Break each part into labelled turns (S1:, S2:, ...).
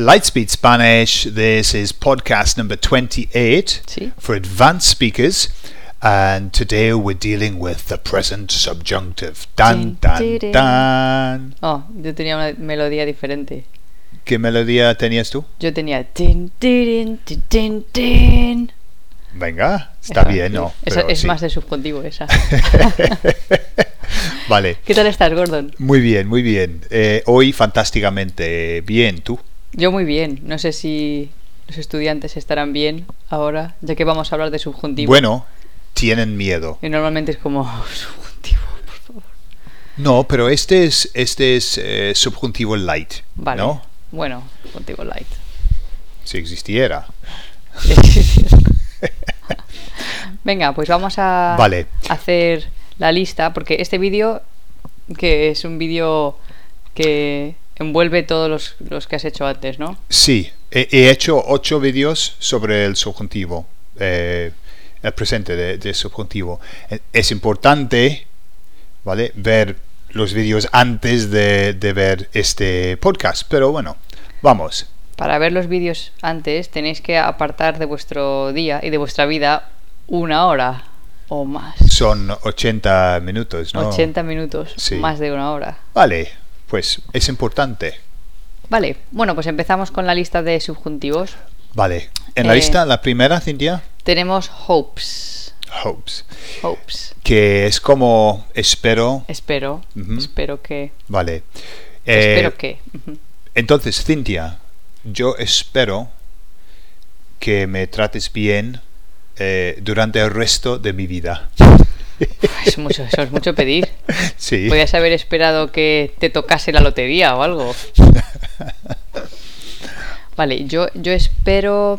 S1: Lightspeed Spanish. This is podcast number 28
S2: Sí.
S1: for advanced speakers. And today we're dealing with the present subjunctive. Dun,
S2: Tin,
S1: dun,
S2: tirin.
S1: dun.
S2: Oh, yo tenía una melodía diferente.
S1: ¿Qué melodía tenías tú?
S2: Yo tenía tin, tirin, tin, tin, tin.
S1: Venga, está
S2: Esa-
S1: bien, ¿no?
S2: esa-
S1: Pero
S2: es
S1: sí.
S2: más de subjuntivo esa.
S1: vale,
S2: ¿Qué tal estás, Gordon?
S1: muy bien, muy bien. Eh, hoy fantásticamente bien, tú.
S2: Yo muy bien. No sé si los estudiantes estarán bien ahora, ya que vamos a hablar de subjuntivo.
S1: Bueno, tienen miedo.
S2: Y normalmente es como "Oh, subjuntivo.
S1: No, pero este es, este es eh, subjuntivo light,
S2: Vale.
S1: ¿no?
S2: Bueno, subjuntivo light.
S1: Si existiera.
S2: Venga, pues vamos a
S1: Vale.
S2: hacer la lista, porque este vídeo, que es un vídeo que envuelve todos los, los que has hecho antes, ¿no?
S1: Sí, he, he hecho ocho vídeos sobre el subjuntivo, eh, el presente de, de subjuntivo. E- Es importante, ¿vale? Ver los vídeos antes de, de ver este podcast, pero bueno, vamos.
S2: Para ver los vídeos antes tenéis que apartar de vuestro día y de vuestra vida una hora o más.
S1: Son 80 minutos, ¿no?
S2: 80 minutos,
S1: Sí.
S2: más de una hora.
S1: Vale, pues es importante.
S2: Vale, bueno, pues empezamos con la lista de subjuntivos.
S1: Vale, en la
S2: Eh.
S1: lista, la primera, Cintia,
S2: Tenemos hopes.
S1: hopes,
S2: Hopes.
S1: que es como espero,
S2: Espero,
S1: Ujú.
S2: espero que.
S1: vale. Eh,
S2: espero que. Ujú.
S1: Entonces, Cintia, yo espero que me trates bien eh, durante el resto de mi vida.
S2: Es mucho, eso es mucho pedir.
S1: Sí.
S2: Podías haber esperado que te tocase la lotería o algo. Vale, yo, yo espero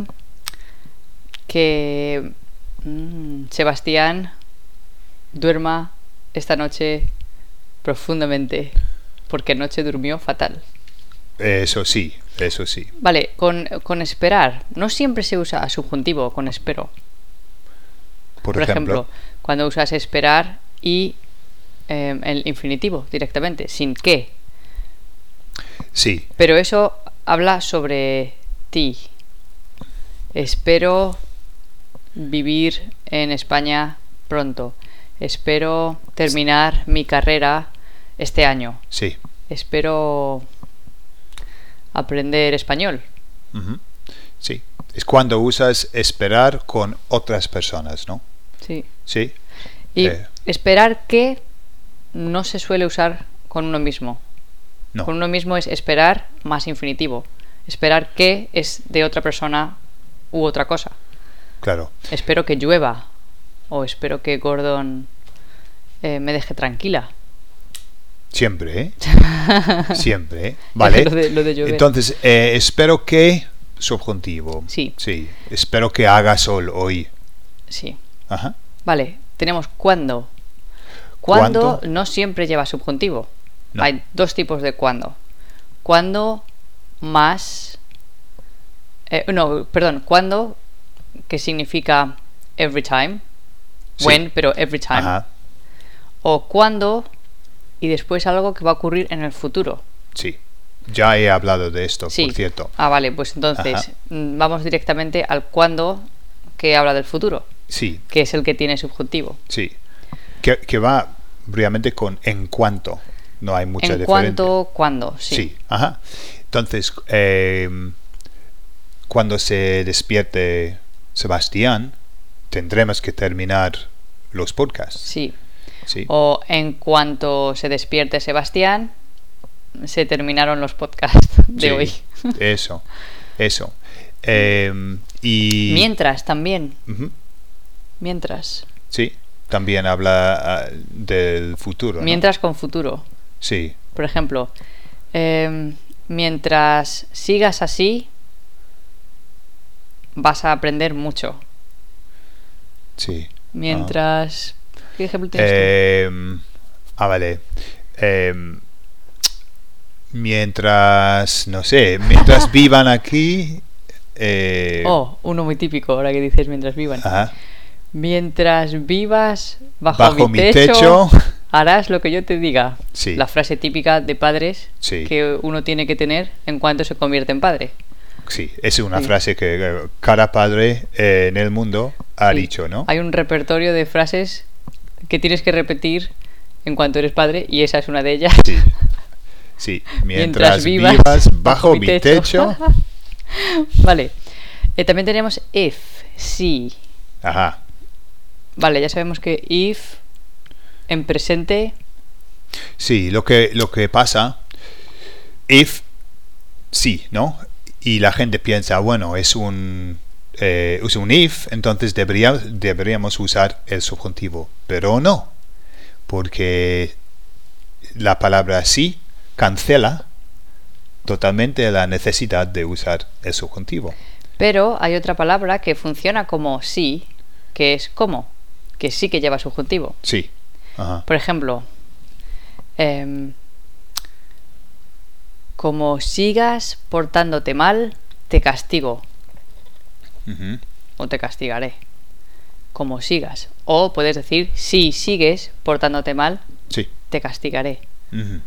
S2: que mm, Sebastián duerma esta noche profundamente, porque anoche durmió fatal.
S1: Eso sí, eso sí.
S2: Vale, con, con esperar. No siempre se usa subjuntivo con espero.
S1: Por,
S2: Por ejemplo, cuando usas esperar y eh, el infinitivo directamente, sin que.
S1: Sí,
S2: Pero eso habla sobre ti. Espero vivir en España pronto. Espero terminar mi carrera este año.
S1: sí.
S2: Espero aprender español.
S1: ujú, Sí. Es cuando usas esperar con otras personas, ¿no?
S2: Sí.
S1: Sí.
S2: Y
S1: Eh.
S2: esperar que no se suele usar con uno mismo.
S1: No.
S2: Con uno mismo es esperar más infinitivo. Esperar que es de otra persona u otra cosa.
S1: Claro.
S2: Espero que llueva. O espero que Gordon eh, me deje tranquila.
S1: Siempre, ¿eh? Siempre, ¿eh? Vale.
S2: Lo de- lo de llover.
S1: Entonces, eh, espero que... Subjuntivo.
S2: Sí.
S1: Sí. Espero que haga sol hoy.
S2: Sí.
S1: Ajá.
S2: Vale, tenemos cuándo.
S1: ¿Cuándo?
S2: Cuándo no siempre lleva subjuntivo.
S1: No.
S2: Hay dos tipos de cuándo. Cuándo más. eh, no, perdón, cuándo que significa every time.
S1: Sí.
S2: When, pero every time.
S1: Ajá.
S2: O cuándo y después algo que va a ocurrir en el futuro.
S1: Sí, ya he hablado de esto,
S2: Sí.
S1: por cierto.
S2: Ah, vale, pues entonces
S1: Ajá.
S2: mm, vamos directamente al cuándo que habla del futuro,
S1: Sí,
S2: que es el que tiene subjuntivo.
S1: sí. Que, que va realmente con en cuanto. No hay mucha
S2: en
S1: diferencia.
S2: cuanto, cuándo, sí.
S1: Sí, ajá. Entonces, eh, cuando se despierte Sebastián, tendremos que terminar los podcasts.
S2: Sí.
S1: Sí.
S2: O en cuanto se despierte Sebastián, se terminaron los podcasts de
S1: Sí,
S2: hoy.
S1: Eso, eso. Eh, y.
S2: Mientras también,
S1: Ujú,
S2: mientras.
S1: Sí, también habla ah, del futuro. ¿no?
S2: Mientras con futuro.
S1: Sí,
S2: Por ejemplo, em, mientras sigas así, vas a aprender mucho.
S1: sí. Ah.
S2: Mientras... ¿Qué ejemplo tienes tú?
S1: Em, ah, vale. Em, mientras, no sé, mientras vivan aquí... eh,
S2: Oh, uno muy típico ahora que dices mientras vivan.
S1: ajá,
S2: Mientras vivas bajo,
S1: Bajo
S2: mi,
S1: mi
S2: techo,
S1: techo.
S2: harás lo que yo te diga.
S1: Sí.
S2: La frase típica de padres
S1: Sí.
S2: que uno tiene que tener en cuanto se convierte en padre.
S1: sí, es una
S2: Sí.
S1: frase que eh, cada padre eh, en el mundo ha
S2: Sí.
S1: dicho, ¿no?
S2: Hay un repertorio de frases que tienes que repetir en cuanto eres padre y esa es una de ellas.
S1: Sí. Sí, mientras,
S2: Mientras vivas
S1: bajo mi techo.
S2: vale. Eh, también tenemos if, sí.
S1: Ajá.
S2: Vale, ya sabemos que if en presente
S1: Sí, lo que, lo que pasa, if, sí, ¿no? Y la gente piensa, bueno, es un, eh, es un if, entonces debería- deberíamos usar el subjuntivo, pero no, porque la palabra sí cancela totalmente la necesidad de usar el subjuntivo.
S2: Pero hay otra palabra que funciona como sí, que es como, que sí que lleva subjuntivo.
S1: Sí. Ajá.
S2: Por ejemplo, em, como sigas portándote mal, te castigo
S1: Ujú.
S2: o te castigaré. Como sigas. O puedes decir, si sigues portándote mal,
S1: Sí.
S2: te castigaré.
S1: Ujú.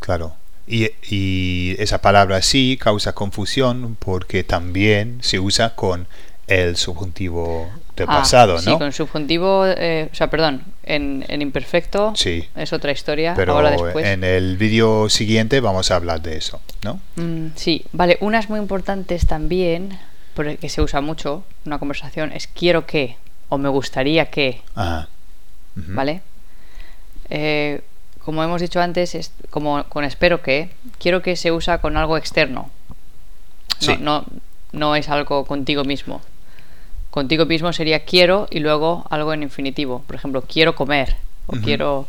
S1: Claro. Y, y esa palabra sí causa confusión porque también se usa con el subjuntivo del
S2: Ah,
S1: pasado,
S2: sí,
S1: ¿no?
S2: con subjuntivo, eh, o sea, perdón, en, en imperfecto
S1: Sí.
S2: es otra historia.
S1: Pero
S2: ahora después.
S1: en el vídeo siguiente vamos a hablar de eso, ¿no?
S2: Mm, sí, vale, unas muy importantes también, por- que se usa mucho en una conversación, es quiero que o me gustaría que,
S1: Ajá. Ujú.
S2: ¿vale? Eh, como hemos dicho antes, es como con espero que, quiero que se usa con algo externo. No,
S1: Sí.
S2: no, no es algo contigo mismo. Contigo mismo sería quiero y luego algo en infinitivo. Por ejemplo, quiero comer o
S1: Ujú.
S2: quiero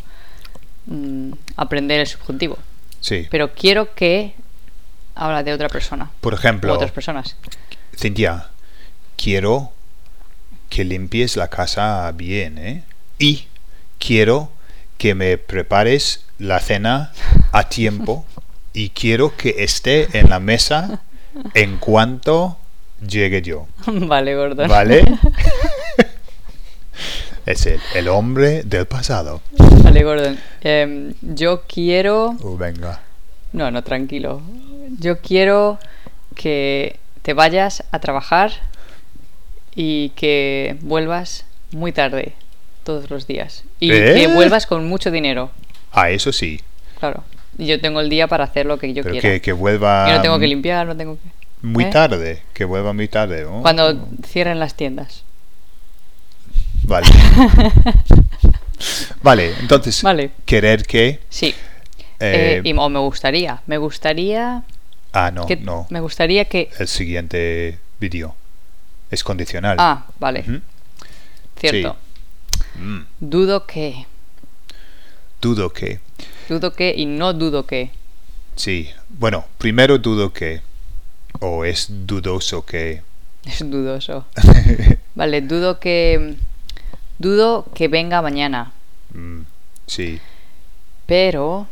S2: mm, aprender el subjuntivo.
S1: Sí.
S2: Pero quiero que habla de otra persona.
S1: Por
S2: u
S1: ejemplo,
S2: otras personas.
S1: Cintia, quiero que limpies la casa bien, ¿eh? Y quiero que me prepares la cena a tiempo y quiero que esté en la mesa en cuanto llegue yo,
S2: vale, Gordon.
S1: ¿vale? es el, el hombre del pasado.
S2: Vale, Gordon. Em, yo quiero.
S1: Uh, venga.
S2: No, no, tranquilo. Yo quiero que te vayas a trabajar y que vuelvas muy tarde todos los días. Y que
S1: ¿Eh?
S2: vuelvas con mucho dinero.
S1: Ah, eso sí.
S2: Claro. Y yo tengo el día para hacer lo que yo
S1: pero
S2: quiera.
S1: que, que vuelva
S2: Yo no tengo que limpiar, no tengo que.
S1: muy
S2: ¿Eh?
S1: tarde. Que vuelva muy tarde. ¿no?
S2: Cuando cierren las tiendas.
S1: Vale. vale, entonces,
S2: Vale.
S1: querer que...
S2: Sí.
S1: eh,
S2: Eh, y- o me gustaría. Me gustaría.
S1: ah, no,
S2: que,
S1: no.
S2: Me gustaría que.
S1: El siguiente vídeo es condicional.
S2: Ah, vale.
S1: Ujú.
S2: Cierto.
S1: Sí. Mm,
S2: Dudo que.
S1: dudo que.
S2: Dudo que y no dudo que.
S1: Sí. Bueno, primero dudo que. O es dudoso que.
S2: Es dudoso. Vale, dudo que. Dudo que venga mañana.
S1: Mm, sí.
S2: Pero.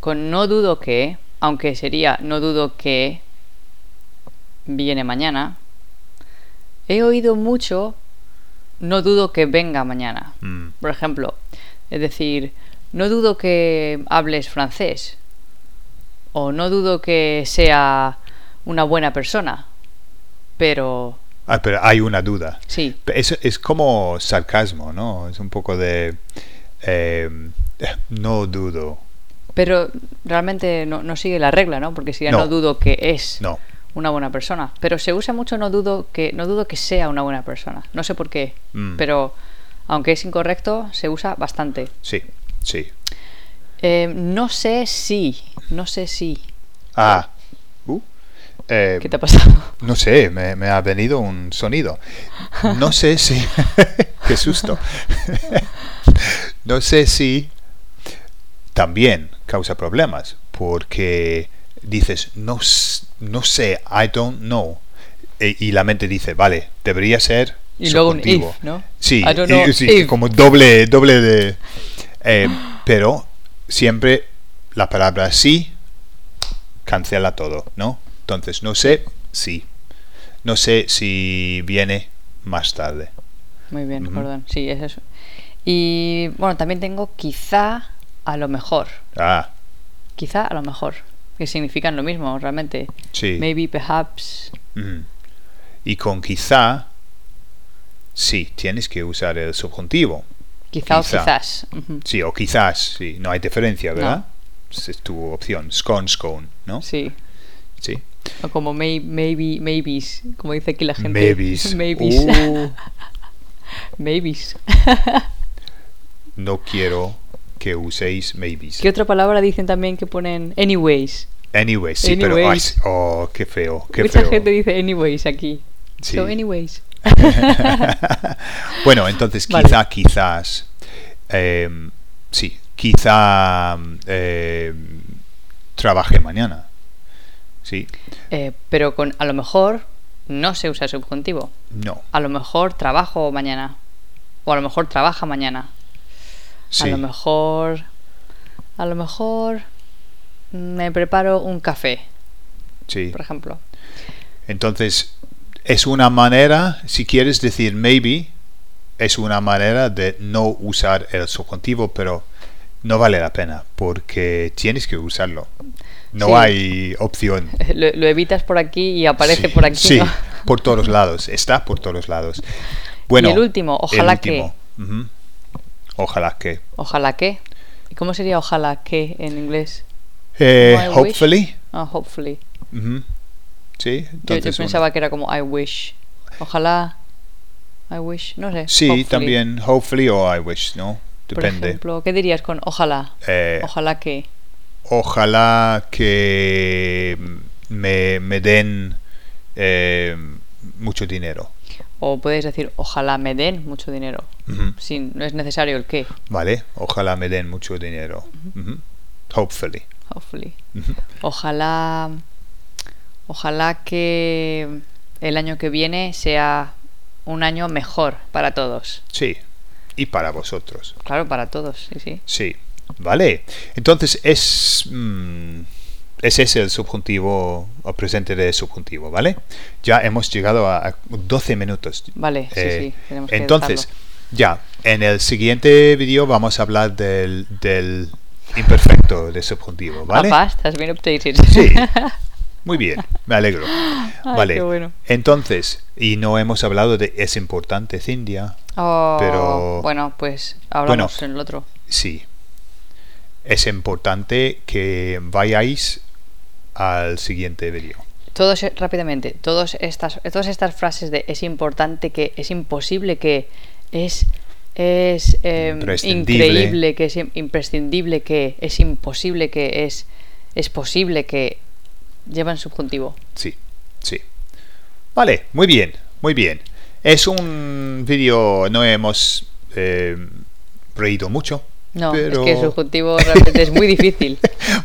S2: Con no dudo que. Aunque sería no dudo que. Viene mañana. He oído mucho. No dudo que venga mañana.
S1: Mm,
S2: Por ejemplo, es decir, no dudo que hables francés. O no dudo que sea una buena persona. Pero
S1: Ah, pero hay una duda.
S2: sí,
S1: Pe- Es, es como sarcasmo, ¿no? Es un poco de... eh, no dudo.
S2: pero realmente no, no sigue la regla, ¿no? Porque sería
S1: No.
S2: no, dudo que es
S1: No.
S2: una buena persona. Pero se usa mucho no dudo que no dudo que sea una buena persona. No sé por qué,
S1: Mm.
S2: pero aunque es incorrecto, se usa bastante.
S1: Sí. Sí.
S2: Eh, no sé si, no sé si.
S1: Ah. Uh. Eh,
S2: ¿Qué te ha pasado?
S1: no sé, me, me ha venido un sonido. No sé si... Qué susto. no sé si también causa problemas porque dices, no, s- no sé, I don't know. E- y la mente dice, vale, debería ser...
S2: Y luego un
S1: subjuntivo.
S2: if, ¿no?
S1: Sí,
S2: I don't
S1: y-
S2: know
S1: sí,
S2: if.
S1: como doble, doble de... eh, pero siempre la palabra sí cancela todo, ¿no? Entonces, no sé, sí. No sé si viene más tarde.
S2: Muy bien,
S1: Ujú.
S2: Gordon. Sí, es eso. Y bueno, también tengo quizá a lo mejor.
S1: Ah,
S2: Quizá a lo mejor. que significan lo mismo realmente.
S1: Sí.
S2: Maybe, perhaps.
S1: Ujú. Y con quizá, sí, tienes que usar el subjuntivo.
S2: Quizá, o
S1: Quizá.
S2: quizás. Ujú.
S1: Sí, o quizás, sí, no hay diferencia,
S2: No.
S1: ¿verdad? Esa Es tu opción, scone, scone, ¿no?
S2: Sí.
S1: Sí.
S2: O como may- maybe, maybes, como dice aquí la gente.
S1: Maybes.
S2: Maybes.
S1: Uh,
S2: Maybes.
S1: no quiero que uséis maybes.
S2: ¿Qué otra palabra dicen también que ponen anyways?
S1: Anyways, sí, pero... ay,
S2: Anyways.
S1: oh, qué feo, qué
S2: Mucha
S1: feo.
S2: gente dice anyways aquí.
S1: Sí.
S2: So anyways.
S1: bueno, entonces
S2: Vale.
S1: quizá, quizás, em, sí, quizá em, trabaje mañana. Sí,
S2: Eh, pero con a lo mejor no se usa subjuntivo.
S1: no.
S2: A lo mejor trabajo mañana. O a lo mejor trabaja mañana.
S1: Sí,
S2: A lo mejor. A lo mejor. Me preparo un café,
S1: sí.
S2: por ejemplo.
S1: Entonces, es una manera, si quieres decir maybe, es una manera de no usar el subjuntivo, pero no vale la pena porque tienes que usarlo. No
S2: Sí.
S1: hay opción.
S2: Eh, Lo, lo evitas por aquí y aparece
S1: Sí,
S2: por aquí.
S1: Sí,
S2: ¿no?
S1: por todos lados. Está por todos lados. Bueno.
S2: el último, ojalá que.
S1: que. Ojalá que.
S2: Ojalá que. ¿Y cómo sería ojalá que en inglés?
S1: Eh,
S2: I wish.
S1: hopefully.
S2: Ah, hopefully.
S1: ujú. Sí.
S2: Yo, yo
S1: entonces uno-
S2: pensaba que era como I wish. Ojalá. I wish. No sé.
S1: Sí,
S2: hopefully.
S1: también hopefully o I wish, ¿no?
S2: Por
S1: Depende.
S2: ejemplo, ¿qué dirías con ojalá?
S1: Eh,
S2: Ojalá que.
S1: ojalá que me, me den eh, mucho dinero.
S2: O puedes decir ojalá me den mucho dinero.
S1: Ujú.
S2: Sin, no es necesario el que.
S1: Vale. Ojalá me den mucho dinero. Ujú. Hopefully.
S2: Hopefully.
S1: Ujú.
S2: Ojalá. Ojalá que el año que viene sea un año mejor para todos.
S1: Sí. Y para vosotros.
S2: Claro, para todos, sí, sí.
S1: Sí, vale. Entonces es, mm, es ese el subjuntivo o presente de subjuntivo, ¿vale? Ya hemos llegado a, a 12 minutos.
S2: Vale, sí,
S1: Eh,
S2: sí. Tenemos que
S1: entonces,
S2: dejarlo.
S1: ya, en el siguiente vídeo vamos a hablar del, del imperfecto de subjuntivo, ¿vale?
S2: Papá, estás bien updated.
S1: Sí. Muy bien, me alegro. Vale.
S2: qué bueno.
S1: Entonces, y no hemos hablado de es importante, Cindia.
S2: Oh,
S1: Pero-
S2: Bueno, pues hablamos en el otro.
S1: Sí. Es importante que vayáis al siguiente vídeo.
S2: Todos, eh, rápidamente, todos estas, todas estas frases de es importante que, es imposible que, es, es eh,
S1: Imprescindible.
S2: increíble que, es im- imprescindible que, es imposible que, es, es posible que, llevan subjuntivo.
S1: Sí, sí. Vale, muy bien, muy bien. Es un vídeo, no hemos eh, reído mucho.
S2: No,
S1: pero-
S2: es que el subjuntivo realmente es muy difícil.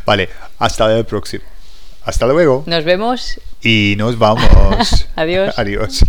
S1: Vale, hasta el próximo. Hasta luego.
S2: Nos vemos
S1: Y nos vamos.
S2: Adiós.
S1: Adiós.